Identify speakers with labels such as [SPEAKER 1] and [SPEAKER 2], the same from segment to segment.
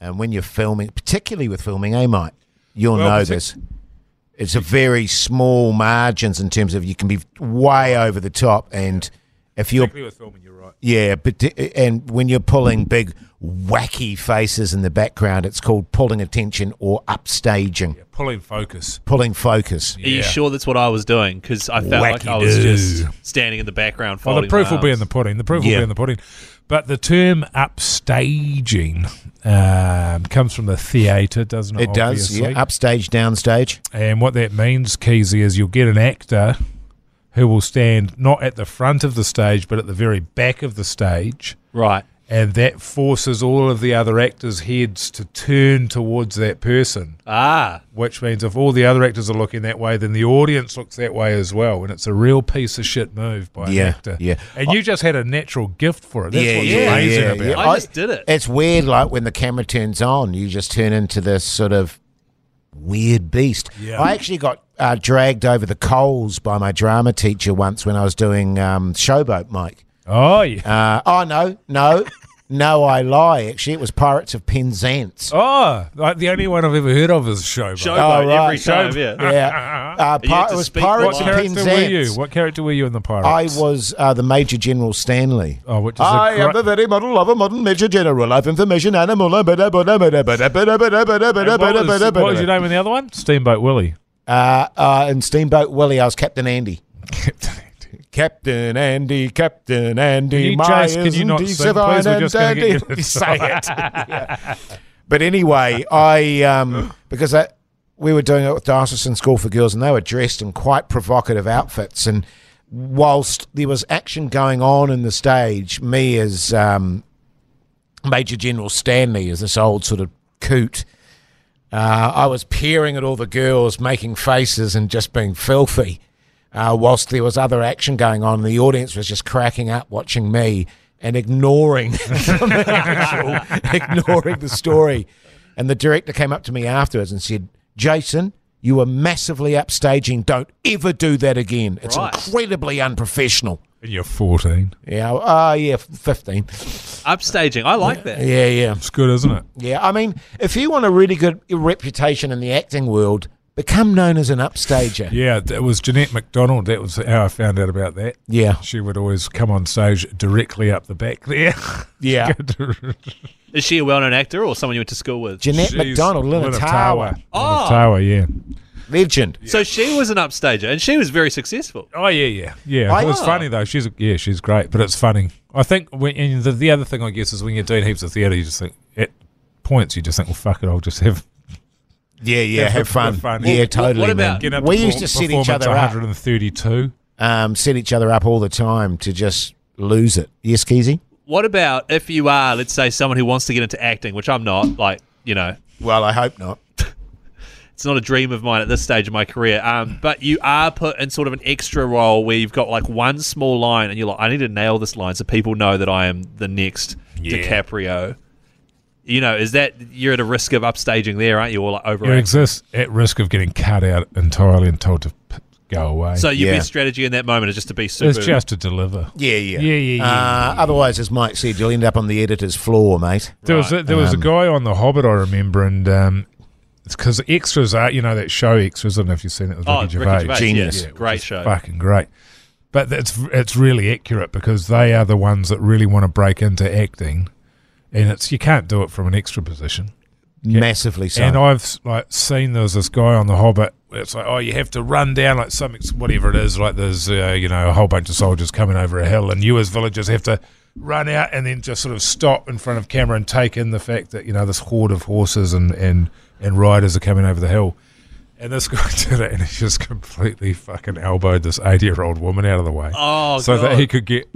[SPEAKER 1] And when you're filming, particularly with filming, eh, Mike? You'll
[SPEAKER 2] Well,
[SPEAKER 1] know
[SPEAKER 2] partic-
[SPEAKER 1] this. It's a very small margins in terms of you can be way over the top, and if you're
[SPEAKER 2] Particularly with filming, you're right.
[SPEAKER 1] yeah, but and when you're pulling big wacky faces in the background, it's called pulling attention or upstaging,
[SPEAKER 2] Yeah, pulling focus.
[SPEAKER 1] pulling focus.
[SPEAKER 3] Are you
[SPEAKER 2] Yeah.
[SPEAKER 3] sure that's what I was doing? Because I felt like I was
[SPEAKER 2] Wacky-doo.
[SPEAKER 3] just standing in the background.
[SPEAKER 2] Well, the
[SPEAKER 3] folding
[SPEAKER 2] proof
[SPEAKER 3] my
[SPEAKER 2] will be in
[SPEAKER 3] arms.
[SPEAKER 2] the pudding. The proof will
[SPEAKER 1] Yeah.
[SPEAKER 2] be in the pudding. But the term upstaging um, comes from the theatre, doesn't it?
[SPEAKER 1] It does,
[SPEAKER 2] obviously?
[SPEAKER 1] yeah. Upstage, downstage.
[SPEAKER 2] And what that means, Keezy, is you'll get an actor who will stand not at the front of the stage, but at the very back of the stage.
[SPEAKER 3] right.
[SPEAKER 2] And that forces all of the other actors' heads to turn towards that person,
[SPEAKER 3] Ah,
[SPEAKER 2] which means if all the other actors are looking that way, then the audience looks that way as well. And it's a real piece of shit move by
[SPEAKER 1] Yeah,
[SPEAKER 2] an actor.
[SPEAKER 1] yeah.
[SPEAKER 2] And you just had a natural gift for it. That's
[SPEAKER 1] Yeah,
[SPEAKER 2] what's
[SPEAKER 3] yeah,
[SPEAKER 2] amazing
[SPEAKER 1] yeah,
[SPEAKER 2] about
[SPEAKER 1] yeah.
[SPEAKER 2] it.
[SPEAKER 3] I just did it.
[SPEAKER 1] It's weird, like when the camera turns on, you just turn into this sort of weird beast.
[SPEAKER 2] Yeah.
[SPEAKER 1] I actually got uh, dragged over the coals by my drama teacher once when I was doing um, Showboat Mike.
[SPEAKER 2] Oh, yeah.
[SPEAKER 1] Uh, oh, no, no, no, I lie. Actually, it was Pirates of Penzance.
[SPEAKER 2] Oh, like the only one I've ever heard of is Showboat.
[SPEAKER 3] showboat
[SPEAKER 1] Oh, right.
[SPEAKER 3] every time.
[SPEAKER 2] Showboat.
[SPEAKER 3] Yeah.
[SPEAKER 1] Yeah. Uh,
[SPEAKER 3] You had
[SPEAKER 1] Pir-
[SPEAKER 3] to
[SPEAKER 1] it was
[SPEAKER 3] speak
[SPEAKER 1] Pirates
[SPEAKER 2] What
[SPEAKER 1] of
[SPEAKER 3] like-
[SPEAKER 2] character were you?
[SPEAKER 1] Penzance.
[SPEAKER 2] What character were you in the
[SPEAKER 1] I
[SPEAKER 2] Pirates?
[SPEAKER 1] was uh, the Major General Stanley.
[SPEAKER 2] Oh, which is a
[SPEAKER 1] I am
[SPEAKER 2] great-
[SPEAKER 1] the very model of a modern Major General. I've information animal. What
[SPEAKER 2] And What was, what was
[SPEAKER 1] was
[SPEAKER 2] your name in the other one? Steamboat Willie.
[SPEAKER 1] Uh, uh, and Steamboat Willie, I was Captain Andy. Captain Andy, Captain Andy,
[SPEAKER 2] Can you
[SPEAKER 1] my
[SPEAKER 2] just- can you not
[SPEAKER 1] isn't he
[SPEAKER 2] sing, please? We're
[SPEAKER 1] divine
[SPEAKER 2] just
[SPEAKER 1] and
[SPEAKER 2] gonna get
[SPEAKER 1] dandy?
[SPEAKER 2] you to
[SPEAKER 1] Say it. Yeah. But anyway, I um, because I, we were doing it with Diocesan School for Girls, and they were dressed in quite provocative outfits. And whilst there was action going on in the stage, me as um, Major General Stanley, as this old sort of coot. Uh, I was peering at all the girls, making faces and just being filthy, uh, whilst there was other action going on. The audience was just cracking up, watching me and ignoring the actual- ignoring the story. And the director came up to me afterwards and said, "Jason." You were massively upstaging. Don't ever do that again. It's
[SPEAKER 3] Right.
[SPEAKER 1] incredibly unprofessional.
[SPEAKER 2] And you're 14.
[SPEAKER 1] Yeah, oh, yeah, 15.
[SPEAKER 3] Upstaging. I like that.
[SPEAKER 1] Yeah, yeah.
[SPEAKER 2] It's good, isn't it?
[SPEAKER 1] Yeah, I mean, if you want a really good reputation in the acting world, become known as an upstager.
[SPEAKER 2] Yeah, it was Jeanette McDonald. That was how I found out about that.
[SPEAKER 1] yeah,
[SPEAKER 2] She would always come on stage directly up the back there.
[SPEAKER 1] yeah.
[SPEAKER 3] Is she a well-known actor or someone you went to school with?
[SPEAKER 1] Jeanette McDonald, Linatawa,
[SPEAKER 3] Oh.
[SPEAKER 2] Tower, yeah.
[SPEAKER 1] legend.
[SPEAKER 3] So she was an upstager, and she was very successful.
[SPEAKER 2] Oh yeah, yeah, yeah.
[SPEAKER 1] I-
[SPEAKER 2] it was
[SPEAKER 3] Oh.
[SPEAKER 2] funny though. She's yeah, she's great, but it's funny. I think when and the, the other thing I guess is when you're doing heaps of theatre, you just think at points you just think, well, fuck it, I'll just have
[SPEAKER 1] Yeah, yeah.
[SPEAKER 2] Have
[SPEAKER 1] Have fun.
[SPEAKER 2] fun. fun.
[SPEAKER 1] Yeah,
[SPEAKER 2] Well,
[SPEAKER 3] what
[SPEAKER 1] totally.
[SPEAKER 3] about-
[SPEAKER 1] man.
[SPEAKER 2] get up.
[SPEAKER 1] we
[SPEAKER 2] to
[SPEAKER 1] used
[SPEAKER 2] perform-
[SPEAKER 1] to set each
[SPEAKER 2] performance
[SPEAKER 1] other up,
[SPEAKER 2] 132.
[SPEAKER 1] um, set each other up all the time to just lose it. Yes, Keezy.
[SPEAKER 3] What about if you are, let's say, someone who wants to get into acting, which I'm not. Like, you know,
[SPEAKER 1] Well, I hope not.
[SPEAKER 3] it's not a dream of mine at this stage of my career. Um, but you are put in sort of an extra role where you've got like one small line, and you're like, I need to nail this line so people know that I am the next DiCaprio. You know, is that you're at a risk of upstaging there, aren't you? Or like
[SPEAKER 2] You
[SPEAKER 3] overacting.
[SPEAKER 2] exist at risk of getting cut out entirely and told to p- go away.
[SPEAKER 3] So your
[SPEAKER 1] Yeah.
[SPEAKER 3] best strategy in that moment is just to be super.
[SPEAKER 2] it's just to deliver.
[SPEAKER 1] Yeah, yeah,
[SPEAKER 2] Yeah, yeah, yeah,
[SPEAKER 1] Uh, otherwise, as Mike said, you'll end up on the editor's floor, mate.
[SPEAKER 2] There was a, there was a guy on The Hobbit I remember, and um, it's because extras are you know that show extras. I don't know if you've seen it. It was
[SPEAKER 3] oh,
[SPEAKER 2] Ricky Gervais.
[SPEAKER 1] Genius.
[SPEAKER 3] Genius,
[SPEAKER 2] Yeah,
[SPEAKER 3] great show.
[SPEAKER 2] Fucking great. But it's it's really accurate because they are the ones that really want to break into acting, and it's you can't do it from an extra position.
[SPEAKER 1] Massively so.
[SPEAKER 2] And I've s- like seen there was this guy on The Hobbit. It's like oh, you have to run down like some ex- whatever it is. Like there's uh, you know a whole bunch of soldiers coming over a hill, and you as villagers have to run out and then just sort of stop in front of camera and take in the fact that you know this horde of horses and and and riders are coming over the hill. And this guy did it, and he just completely fucking elbowed this eighty-year-old woman out of the way,
[SPEAKER 3] Oh,
[SPEAKER 2] so that
[SPEAKER 3] God.
[SPEAKER 2] he could get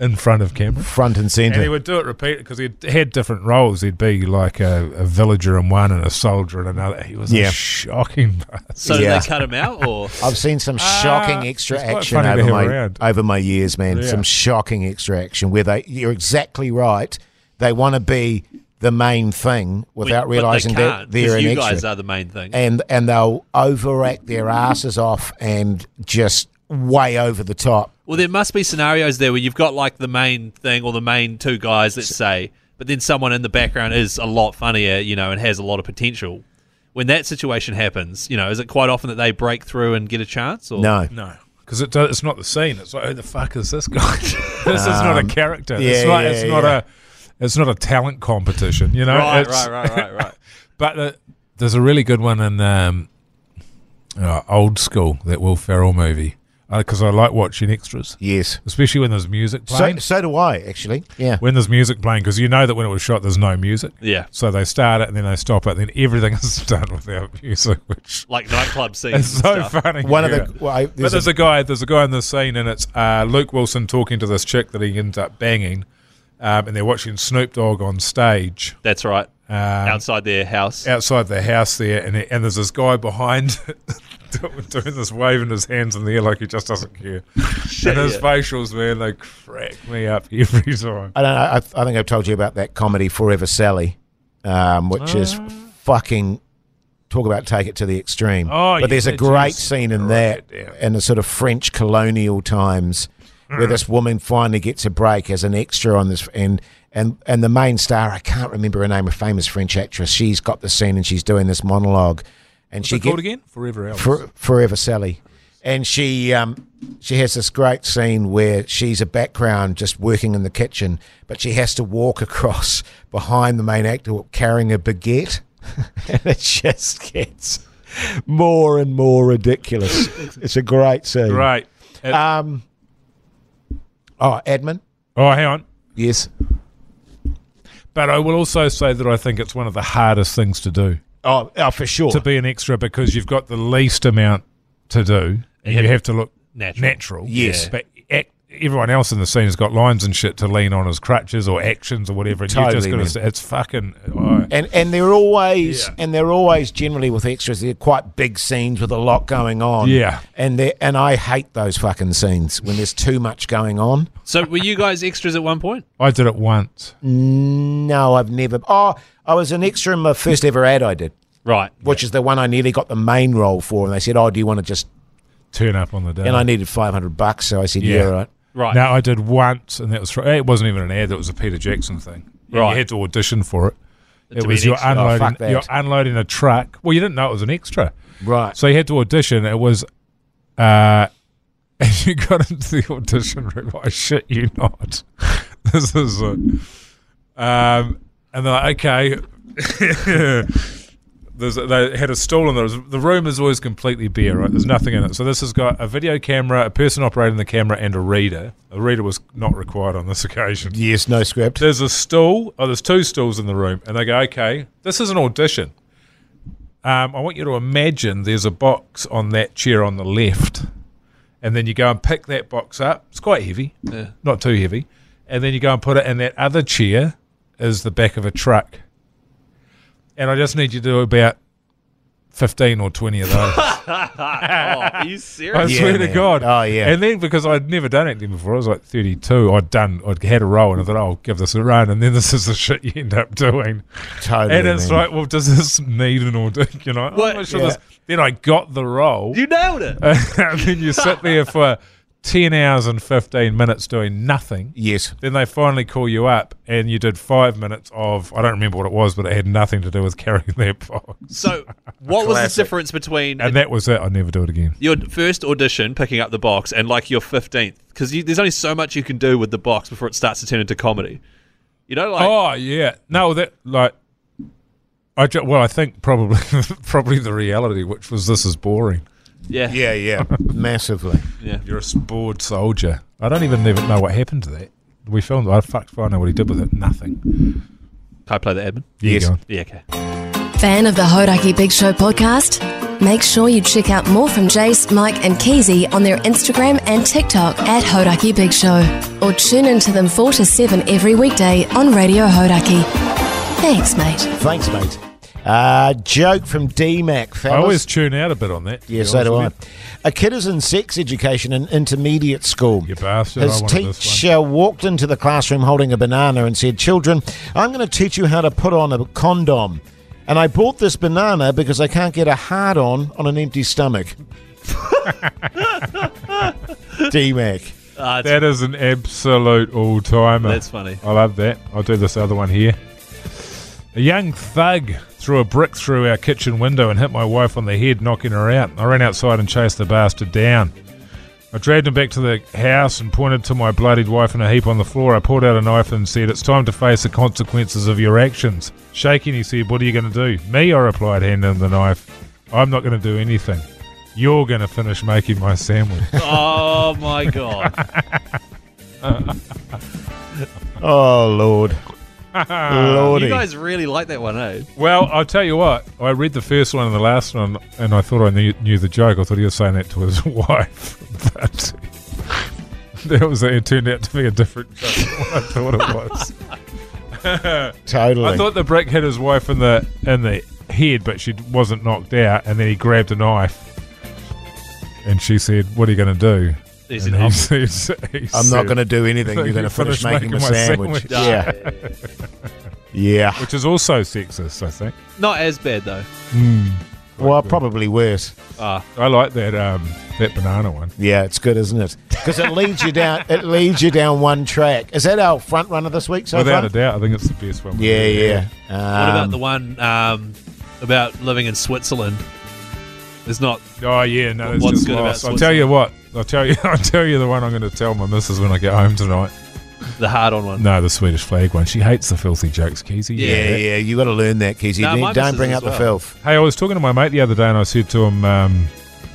[SPEAKER 2] in front of camera.
[SPEAKER 1] Front and
[SPEAKER 2] And he
[SPEAKER 1] centre.
[SPEAKER 2] would do it repeat because he had different roles. He'd be like a, a villager in one and a soldier in another. He was
[SPEAKER 1] Yeah.
[SPEAKER 2] a shocking bastard.
[SPEAKER 3] So
[SPEAKER 1] Yeah.
[SPEAKER 3] did they cut him out, or
[SPEAKER 1] I've seen some shocking extra
[SPEAKER 2] Ah, it's
[SPEAKER 1] action
[SPEAKER 2] quite funny to
[SPEAKER 1] over
[SPEAKER 2] have
[SPEAKER 1] my
[SPEAKER 2] around.
[SPEAKER 1] over my years, man. Some shocking extra action where they you're exactly right. They want to be the main thing without
[SPEAKER 3] But they
[SPEAKER 1] realizing that
[SPEAKER 3] can't,
[SPEAKER 1] they're
[SPEAKER 3] 'cause
[SPEAKER 1] an
[SPEAKER 3] you
[SPEAKER 1] extra,
[SPEAKER 3] guys are the main thing.
[SPEAKER 1] and and they'll overact their asses off and just way over the top.
[SPEAKER 3] Well, there must be scenarios there where you've got like the main thing or the main two guys, let's say, but then someone in the background is a lot funnier, you know, and has a lot of potential. When that situation happens, you know, is it quite often that they break through and get a chance? Or?
[SPEAKER 1] No.
[SPEAKER 2] No, because it do- it's not the scene. It's like, who the fuck is this guy? this is not a
[SPEAKER 1] Um,
[SPEAKER 2] character.
[SPEAKER 1] yeah,
[SPEAKER 2] it's not.
[SPEAKER 1] yeah,
[SPEAKER 2] it's not
[SPEAKER 1] yeah.
[SPEAKER 2] a. It's not a talent competition. You know.
[SPEAKER 3] Right,
[SPEAKER 2] It's-
[SPEAKER 3] right, right, right, right.
[SPEAKER 2] But uh, there's a really good one in um, uh, old school that Will Ferrell movie because I like watching extras,
[SPEAKER 1] Yes.
[SPEAKER 2] especially when there's music
[SPEAKER 1] So,
[SPEAKER 2] playing.
[SPEAKER 1] so do I, actually. Yeah.
[SPEAKER 2] when there's music playing, because you know that when it was shot, there's no music.
[SPEAKER 3] Yeah.
[SPEAKER 2] So they start it and then they stop it, and then everything is done without music, which
[SPEAKER 3] Like nightclub scenes.
[SPEAKER 2] is
[SPEAKER 3] and
[SPEAKER 2] so
[SPEAKER 3] stuff.
[SPEAKER 2] funny.
[SPEAKER 1] One of
[SPEAKER 2] Yeah.
[SPEAKER 1] the. Well, I,
[SPEAKER 2] But
[SPEAKER 1] there's
[SPEAKER 2] there's
[SPEAKER 1] a-
[SPEAKER 2] a guy, there's a guy in the scene, and it's uh, Luke Wilson talking to this chick that he ends up banging, um, and they're watching Snoop Dogg on stage.
[SPEAKER 3] That's right.
[SPEAKER 2] Um,
[SPEAKER 3] Outside their house.
[SPEAKER 2] outside the house there, and and there's this guy behind doing this, waving his hands in the air like he just doesn't care. and his
[SPEAKER 3] yeah.
[SPEAKER 2] facials, man, they crack me up every time.
[SPEAKER 1] I don't know. I, I think I've told you about that comedy Forever Sally, um, which is
[SPEAKER 2] Oh.
[SPEAKER 1] fucking talk about take it to the extreme.
[SPEAKER 2] Oh,
[SPEAKER 1] but there's
[SPEAKER 2] yeah,
[SPEAKER 1] a great
[SPEAKER 2] geez.
[SPEAKER 1] scene in
[SPEAKER 2] Right,
[SPEAKER 1] that
[SPEAKER 2] yeah. Mm.
[SPEAKER 1] in the sort of French colonial times where this woman finally gets a break as an extra on this and and and the main star I can't remember her name a famous French actress she's got the scene and she's doing this monologue and she
[SPEAKER 2] She
[SPEAKER 1] gets
[SPEAKER 2] called again forever. Alice.
[SPEAKER 1] for, Forever Sally, and she um, she has this great scene where she's a background just working in the kitchen, but she has to walk across behind the main actor carrying a baguette, and it just gets more and more ridiculous. it's a great scene.
[SPEAKER 2] right.
[SPEAKER 1] Um. Oh, Edmund.
[SPEAKER 2] oh, hang on.
[SPEAKER 1] Yes.
[SPEAKER 2] But I will also say that I think it's one of the hardest things to do
[SPEAKER 1] Oh, oh for sure.
[SPEAKER 2] to be an extra because you've got the least amount to do, and you have to look
[SPEAKER 3] Natural.
[SPEAKER 2] natural.
[SPEAKER 1] Yes.
[SPEAKER 2] but act, everyone else in the scene has got lines and shit to lean on as crutches or actions or whatever. And you just
[SPEAKER 1] Totally,
[SPEAKER 2] got to
[SPEAKER 1] man.
[SPEAKER 2] say, it's fucking. oh.
[SPEAKER 1] and and they're always
[SPEAKER 2] Yeah.
[SPEAKER 1] and they're always generally with extras. They're quite big scenes with a lot going on.
[SPEAKER 2] Yeah.
[SPEAKER 1] and they and I hate those fucking scenes when there's too much going on.
[SPEAKER 3] So were you guys extras at one point?
[SPEAKER 2] I did it once.
[SPEAKER 1] No, I've never. Oh, I was an extra in my first ever ad I did,
[SPEAKER 3] Right.
[SPEAKER 1] which is the one I nearly got the main role for, and they said, "Oh, do you want to just?"
[SPEAKER 2] Turn up on the day.
[SPEAKER 1] And I needed five hundred bucks, so I said, "Yeah,
[SPEAKER 2] Yeah.
[SPEAKER 1] all right."
[SPEAKER 3] Right.
[SPEAKER 2] No, I did once, and that was for, it wasn't even an ad. That was a Peter Jackson thing.
[SPEAKER 3] Right.
[SPEAKER 2] you had to audition for it. It
[SPEAKER 3] be
[SPEAKER 2] was
[SPEAKER 3] an
[SPEAKER 2] you're
[SPEAKER 3] extra.
[SPEAKER 1] Oh,
[SPEAKER 2] unloading,
[SPEAKER 1] fuck that.
[SPEAKER 2] you're unloading a truck. Well, you didn't know it was an extra,
[SPEAKER 1] Right.
[SPEAKER 2] so you had to audition. It was, uh, and you got into the audition room. I shit you not. this is it. Um, and they're like, okay. There's, they had a stall and there was, the room is always completely bare, right? There's nothing in it. So this has got a video camera, a person operating the camera, and a reader. A reader was not required on this occasion.
[SPEAKER 1] Yes, no script.
[SPEAKER 2] There's a stool. Oh, there's two stools in the room, and they go, "Okay, this is an audition. Um, I want you to imagine there's a box on that chair on the left, and then you go and pick that box up. It's quite heavy,
[SPEAKER 3] Yeah.
[SPEAKER 2] not too heavy, and then you go and put it in that other chair. Is the back of a truck, and I just need you to do about fifteen or twenty of those.
[SPEAKER 3] Oh, are you
[SPEAKER 2] I
[SPEAKER 3] serious?
[SPEAKER 1] Yeah,
[SPEAKER 2] swear to
[SPEAKER 1] man.
[SPEAKER 2] God.
[SPEAKER 1] Oh, yeah.
[SPEAKER 2] And then because I'd never done anything before, I was like 32. I'd done, I'd had a roll, and I thought, oh, I'll give this a run. And then this is the shit you end up doing.
[SPEAKER 1] Totally.
[SPEAKER 2] and it's
[SPEAKER 1] man.
[SPEAKER 2] like, well, does this need an audition? You know, I'm
[SPEAKER 3] What?
[SPEAKER 2] not sure
[SPEAKER 1] Yeah.
[SPEAKER 2] this- Then I got the role,
[SPEAKER 3] You nailed it.
[SPEAKER 2] and then you sit there for 10 hours and 15 minutes doing nothing.
[SPEAKER 1] Yes.
[SPEAKER 2] Then they finally call you up, and you did five minutes of I don't remember what it was, but it had nothing to do with carrying their box.
[SPEAKER 3] So what was
[SPEAKER 1] Classic.
[SPEAKER 3] the difference between
[SPEAKER 2] And that was it. I'd never do it again.
[SPEAKER 3] your first audition picking up the box and like your 15th because there's only so much you can do with the box before it starts to turn into comedy you know like
[SPEAKER 2] Oh yeah, no, that like, I ju- well, I think probably probably the reality, which was this is boring.
[SPEAKER 3] yeah yeah
[SPEAKER 1] Yeah, yeah. Massively.
[SPEAKER 2] You're a bored soldier. I don't even even know what happened to that. We filmed. I fucked. I know what he did with it. Nothing.
[SPEAKER 3] can i play the admin
[SPEAKER 2] Yeah,
[SPEAKER 1] Yes.
[SPEAKER 2] go on.
[SPEAKER 3] yeah okay
[SPEAKER 4] Fan of the Hodaki Big Show podcast? Make sure you check out more from Jace, Mike, and Keezy on their Instagram and TikTok at Hodaki Big Show. Or tune in to them 4 to 7 every weekday on Radio Hodaki. Thanks, mate.
[SPEAKER 1] Thanks, mate. Uh, joke from D Mac.
[SPEAKER 2] I always tune out a bit on that. to be
[SPEAKER 1] Yeah, so do I.
[SPEAKER 2] honest with
[SPEAKER 1] A kid is in sex education in intermediate school.
[SPEAKER 2] You You bastard! I
[SPEAKER 1] His
[SPEAKER 2] wanted this one.
[SPEAKER 1] teacher walked into the classroom holding a banana and said, Children, I'm going to teach you how to put on a condom. And I bought this banana because I can't get a hard on on an empty stomach. D Mac.
[SPEAKER 3] Ah, it's-
[SPEAKER 2] That is an absolute all timer.
[SPEAKER 3] That's funny.
[SPEAKER 2] I love that. I'll do this other one here. A young thug threw a brick through our kitchen window and hit my wife on the head, knocking her out. I ran outside and chased the bastard down. I dragged him back to the house and pointed to my bloodied wife in a heap on the floor. I pulled out a knife and said, It's time to face the consequences of your actions. Shaking, he said, What are you going to do? Me, I replied, handing him the knife. I'm not going to do anything. You're going to finish making my sandwich.
[SPEAKER 3] Oh my god.
[SPEAKER 1] Oh Lord, Lordy.
[SPEAKER 3] you guys really like that one, eh?
[SPEAKER 2] Well, I'll tell you what. I read the first one and the last one, and I thought I knew, knew the joke. I thought he was saying that to his wife, but that was it. Turned out to be a different joke. than what I thought it was.
[SPEAKER 1] totally.
[SPEAKER 2] I thought the brick hit his wife in the in the head, but she wasn't knocked out. And then he grabbed a knife, and she said, "What are you going to do?"
[SPEAKER 3] He
[SPEAKER 2] And
[SPEAKER 3] said, "I'm-
[SPEAKER 2] says- he
[SPEAKER 1] I'm
[SPEAKER 2] said-
[SPEAKER 1] not going to do anything. You're
[SPEAKER 2] You
[SPEAKER 1] going to finish,
[SPEAKER 2] finish
[SPEAKER 1] making,
[SPEAKER 2] making
[SPEAKER 1] my
[SPEAKER 2] my
[SPEAKER 1] sandwich.
[SPEAKER 2] sandwich.
[SPEAKER 1] Yeah, yeah.
[SPEAKER 2] Which is also sexist, I think.
[SPEAKER 3] Not as bad though.
[SPEAKER 1] Well, probably worse.
[SPEAKER 3] Ah,
[SPEAKER 2] I like that um, that banana one.
[SPEAKER 1] Yeah, it's good, isn't it? Because it leads you down. It leads you down one track. Is that our front runner this week so
[SPEAKER 2] Without
[SPEAKER 1] far?
[SPEAKER 2] a doubt, I think it's the best one. we've
[SPEAKER 1] yeah,
[SPEAKER 2] ever had.
[SPEAKER 1] yeah.
[SPEAKER 3] what about
[SPEAKER 1] Um,
[SPEAKER 3] the one um, about living in Switzerland? It's not.
[SPEAKER 2] Oh yeah, no, it's
[SPEAKER 3] What's
[SPEAKER 2] just
[SPEAKER 3] good about
[SPEAKER 2] lost. I'll tell you what. I'll tell you. I'll tell you the one I'm going to tell my missus when I get home tonight.
[SPEAKER 3] The hard-on one.
[SPEAKER 2] No, the Swedish flag one. She hates the filthy jokes, Keezy.
[SPEAKER 3] Yeah.
[SPEAKER 1] yeah, yeah. You got to learn that, Kizzy.
[SPEAKER 3] No, my
[SPEAKER 1] don't don't
[SPEAKER 3] missus
[SPEAKER 1] bring
[SPEAKER 3] as
[SPEAKER 1] up the
[SPEAKER 3] well.
[SPEAKER 1] filth.
[SPEAKER 2] Hey, I was talking to my mate the other day, and I said to him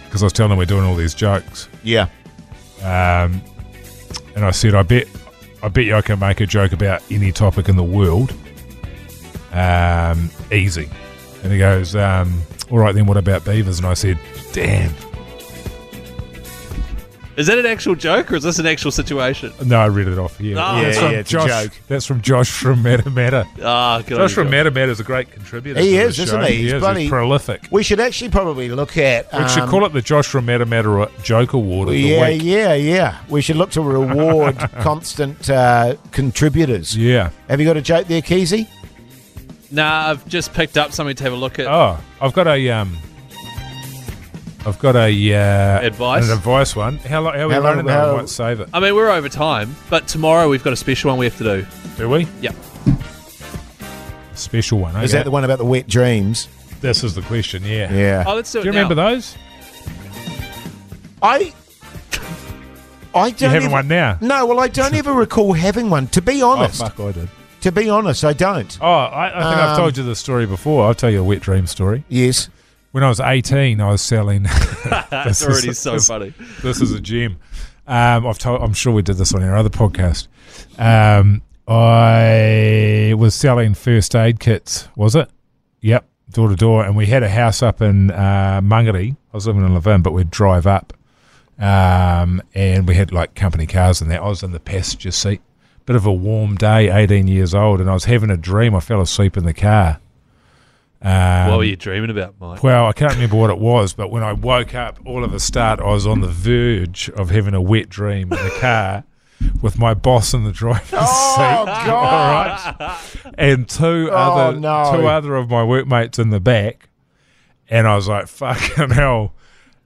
[SPEAKER 2] because I was telling him we're doing all these jokes,
[SPEAKER 1] Yeah.
[SPEAKER 2] um, and I said, I bet, I bet you I can make a joke about any topic in the world, um, easy. And he goes, um, all right, then what about beavers? And I said, damn.
[SPEAKER 3] Is that an actual joke or is this an actual situation?
[SPEAKER 2] No, I read it off here.
[SPEAKER 3] Ah. Yeah,
[SPEAKER 2] That's
[SPEAKER 1] Oh, yeah,
[SPEAKER 2] from
[SPEAKER 1] it's a
[SPEAKER 2] Josh,
[SPEAKER 1] joke.
[SPEAKER 2] That's from Josh from Matter Matter.
[SPEAKER 3] Ah, good on
[SPEAKER 2] Josh
[SPEAKER 3] you,
[SPEAKER 2] from
[SPEAKER 3] Josh.
[SPEAKER 2] Matter Matter is a great contributor.
[SPEAKER 1] He
[SPEAKER 2] to
[SPEAKER 1] is,
[SPEAKER 2] the
[SPEAKER 1] isn't
[SPEAKER 2] show.
[SPEAKER 1] he? He's
[SPEAKER 2] is.
[SPEAKER 1] bloody-
[SPEAKER 2] prolific.
[SPEAKER 1] We should actually probably look at.
[SPEAKER 2] We should
[SPEAKER 1] um,
[SPEAKER 2] call it the Josh from Matter Matter Joke Award of
[SPEAKER 1] yeah,
[SPEAKER 2] the week.
[SPEAKER 1] yeah, yeah. We should look to reward constant uh, contributors.
[SPEAKER 2] Yeah.
[SPEAKER 1] Have you got a joke there, Keezy?
[SPEAKER 3] Nah, I've just picked up something to have a look at.
[SPEAKER 2] Oh, I've got a um, I've got a uh,
[SPEAKER 3] Advice?
[SPEAKER 2] An advice one. How long? How are we
[SPEAKER 1] How long-
[SPEAKER 2] running? that?
[SPEAKER 1] how-
[SPEAKER 2] I might save it.
[SPEAKER 3] I mean, we're over time, but tomorrow we've got a special one we have to do.
[SPEAKER 2] Do we?
[SPEAKER 3] Yep.
[SPEAKER 2] Special one. eh?
[SPEAKER 1] Is that the one about the wet dreams?
[SPEAKER 2] This is the question. Yeah.
[SPEAKER 1] Yeah.
[SPEAKER 3] Oh, let's do it
[SPEAKER 2] Do you remember those?
[SPEAKER 1] I. I don't
[SPEAKER 2] You having
[SPEAKER 1] even-
[SPEAKER 2] one now?
[SPEAKER 1] No, well, I don't ever recall having one. To be honest,
[SPEAKER 2] Oh, fuck, I did.
[SPEAKER 1] to be honest, I don't.
[SPEAKER 2] Oh, I, I think I've
[SPEAKER 1] Um,
[SPEAKER 2] told you this story before. I'll tell you a wet dream story.
[SPEAKER 1] Yes.
[SPEAKER 2] When I was 18, I was selling.
[SPEAKER 3] That's
[SPEAKER 2] This
[SPEAKER 3] already
[SPEAKER 2] is-
[SPEAKER 3] so
[SPEAKER 2] this-
[SPEAKER 3] funny.
[SPEAKER 2] this is a gem. Um, I've told, I'm sure we did this on our other podcast. Um, I was selling first aid kits, was it? Yep, door to door. And we had a house up in uh, Mangere. I was living in Levin, but we'd drive up. Um, and we had like company cars and that. I was in the passenger seat. Bit of a warm day, 18 years old. And I was having a dream. I fell asleep in the car. Um,
[SPEAKER 3] what were you dreaming about, Mike?
[SPEAKER 2] well, I can't remember what it was, but when I woke up, all of a start, I was on the verge of having a wet dream in the car with my boss in the driver's
[SPEAKER 1] Oh
[SPEAKER 2] seat,
[SPEAKER 1] God! Oh,
[SPEAKER 2] and two other
[SPEAKER 1] no.
[SPEAKER 2] two other of my workmates in the back. And I was like, "Fucking hell!"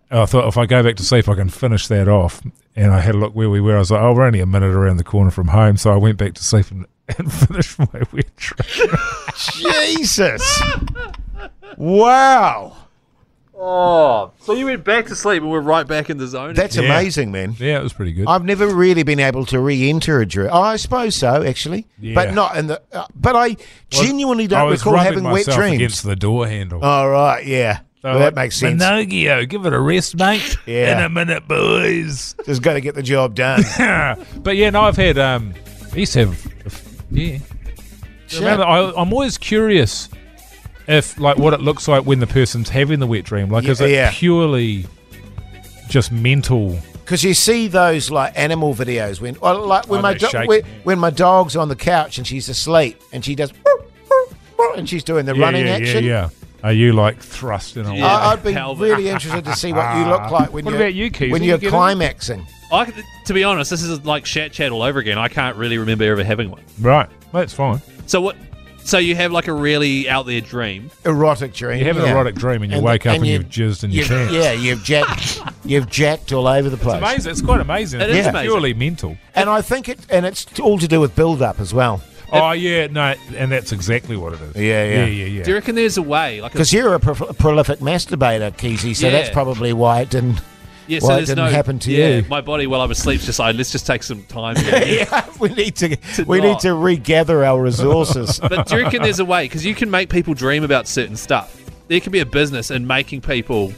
[SPEAKER 2] And I thought if I go back to sleep, I can finish that off. And I had a look where we were. I was like, "Oh, we're only a minute around the corner from home," so I went back to sleep and, and finished my wet dream.
[SPEAKER 1] Jesus! wow,
[SPEAKER 3] Oh, so you went back to sleep and we're right back in the zone.
[SPEAKER 1] that's
[SPEAKER 2] Yeah.
[SPEAKER 1] amazing, man.
[SPEAKER 2] Yeah, it was pretty good.
[SPEAKER 1] I've never really been able to re-enter a dream. Oh, I suppose so, actually,
[SPEAKER 2] Yeah.
[SPEAKER 1] but not in the. Uh, but I genuinely don't
[SPEAKER 2] I was
[SPEAKER 1] recall
[SPEAKER 2] rubbing
[SPEAKER 1] having wet
[SPEAKER 2] myself
[SPEAKER 1] dreams.
[SPEAKER 2] against the door handle.
[SPEAKER 1] All right, yeah, well, that makes sense.
[SPEAKER 2] Pinocchio, give it a rest, mate.
[SPEAKER 1] Yeah.
[SPEAKER 2] In a minute, boys.
[SPEAKER 1] Just got to get the job done.
[SPEAKER 2] but yeah, no, I've had. Um, I used to have. if- Yeah. Remember, I, I'm always curious if, like, what it looks like when the person's having the wet dream. Like, is
[SPEAKER 1] Yeah,
[SPEAKER 2] it
[SPEAKER 1] yeah.
[SPEAKER 2] purely just mental?
[SPEAKER 1] Because you see those like animal videos when, or, like when
[SPEAKER 2] Oh,
[SPEAKER 1] my
[SPEAKER 2] they
[SPEAKER 1] do-
[SPEAKER 2] shake,
[SPEAKER 1] when,
[SPEAKER 2] yeah.
[SPEAKER 1] when my dog's on the couch and she's asleep and she does, "Woof, woof, woof," and she's doing the
[SPEAKER 2] yeah,
[SPEAKER 1] running
[SPEAKER 2] yeah,
[SPEAKER 1] action.
[SPEAKER 2] yeah, yeah. Are you like thrusting away?
[SPEAKER 3] Yeah.
[SPEAKER 1] I, I'd be
[SPEAKER 3] Calvin.
[SPEAKER 1] really interested to see what you look like when
[SPEAKER 2] What
[SPEAKER 1] you're
[SPEAKER 2] about you, Keith?
[SPEAKER 1] when
[SPEAKER 2] You
[SPEAKER 1] you're
[SPEAKER 2] get in?
[SPEAKER 1] climaxing.
[SPEAKER 3] I, to be honest, this is like chat chat all over again. I can't really remember ever having one.
[SPEAKER 2] Right. Well, that's fine.
[SPEAKER 3] So what? So you have like a really out there dream.
[SPEAKER 1] erotic dream.
[SPEAKER 2] You have an
[SPEAKER 1] yeah.
[SPEAKER 2] erotic dream and you
[SPEAKER 1] And-
[SPEAKER 2] wake up
[SPEAKER 1] and
[SPEAKER 2] and
[SPEAKER 1] you-
[SPEAKER 2] you've jizzed in your
[SPEAKER 1] You've-
[SPEAKER 2] pants.
[SPEAKER 1] yeah, you've jacked, you've jacked all over the place.
[SPEAKER 2] It's amazing. It's quite amazing.
[SPEAKER 3] It
[SPEAKER 2] it's
[SPEAKER 3] is amazing.
[SPEAKER 2] purely mental.
[SPEAKER 1] And I think it, and it's all to do with build up as well.
[SPEAKER 2] Oh yeah, no, and that's exactly what it is.
[SPEAKER 1] Yeah, yeah.
[SPEAKER 2] yeah, yeah.
[SPEAKER 3] Do you reckon there's a way? Like, a,
[SPEAKER 1] Because you're a pro- prolific masturbator, Keezy, so
[SPEAKER 3] Yeah.
[SPEAKER 1] that's probably why it didn't.
[SPEAKER 3] yeah,
[SPEAKER 1] why it
[SPEAKER 3] there's
[SPEAKER 1] didn't happen to
[SPEAKER 3] yeah,
[SPEAKER 1] you.
[SPEAKER 3] My body while I was asleep just like let's just take some time. Here.
[SPEAKER 1] Yeah, we need to, we
[SPEAKER 3] not.
[SPEAKER 1] need to regather our resources.
[SPEAKER 3] But do you reckon there's a way? Because you can make people dream about certain stuff. There can be a business in making people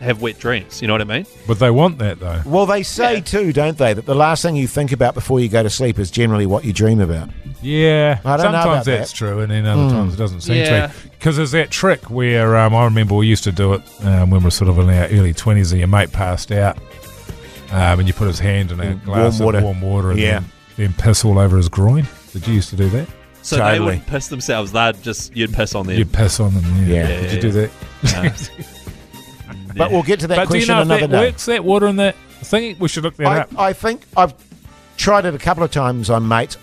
[SPEAKER 3] have wet dreams. You know what I mean?
[SPEAKER 2] But they want that though.
[SPEAKER 1] well, they say too, don't they, that the last thing you think about before you go to sleep is generally what you dream about.
[SPEAKER 2] Yeah,
[SPEAKER 1] I don't know
[SPEAKER 2] sometimes
[SPEAKER 1] about
[SPEAKER 2] that's
[SPEAKER 1] that. Hmm.
[SPEAKER 2] true, and then other times it doesn't seem
[SPEAKER 3] Yeah.
[SPEAKER 2] to. Because there's that trick where um, I remember we used to do it um, when we were sort of in our early twenties, and your mate passed out, um, and you put his hand in a
[SPEAKER 1] In
[SPEAKER 2] glass
[SPEAKER 1] warm water.
[SPEAKER 2] of warm water, and
[SPEAKER 1] Yeah.
[SPEAKER 2] then, then piss all over his groin. Did you used to do that?
[SPEAKER 3] So
[SPEAKER 1] Totally.
[SPEAKER 3] they wouldn't piss themselves. They'd just you'd piss on them. Uh,
[SPEAKER 2] You'd piss on them. Yeah.
[SPEAKER 1] Yeah.
[SPEAKER 2] Did you do that?
[SPEAKER 1] But we'll get to that
[SPEAKER 2] but do you
[SPEAKER 1] question
[SPEAKER 2] know if
[SPEAKER 1] another
[SPEAKER 2] that
[SPEAKER 1] day.
[SPEAKER 2] works? That water in that thing? We should look that
[SPEAKER 1] I,
[SPEAKER 2] up.
[SPEAKER 1] I think I've tried it a couple of times on mates.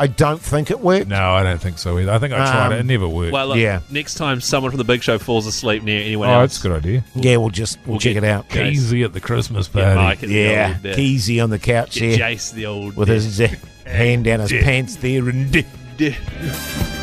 [SPEAKER 1] I don't think it worked.
[SPEAKER 2] No, I don't think so either. I think I tried
[SPEAKER 1] Um,
[SPEAKER 2] it. It never worked.
[SPEAKER 3] Well, look,
[SPEAKER 1] Yeah.
[SPEAKER 3] next time someone from the Big Show falls asleep near anyone
[SPEAKER 2] oh,
[SPEAKER 3] else,
[SPEAKER 2] that's a good idea.
[SPEAKER 1] Yeah, we'll just we'll,
[SPEAKER 3] We'll
[SPEAKER 1] check
[SPEAKER 3] get-
[SPEAKER 1] it out.
[SPEAKER 3] Yes.
[SPEAKER 2] Easy at the Christmas
[SPEAKER 3] get
[SPEAKER 2] party.
[SPEAKER 3] Mike and
[SPEAKER 1] Yeah,
[SPEAKER 3] the old, uh,
[SPEAKER 1] Keezy on the couch
[SPEAKER 3] get
[SPEAKER 1] here
[SPEAKER 3] Jace the old
[SPEAKER 1] with his uh, hand down his
[SPEAKER 2] Yeah.
[SPEAKER 1] pants there and.
[SPEAKER 3] Yeah.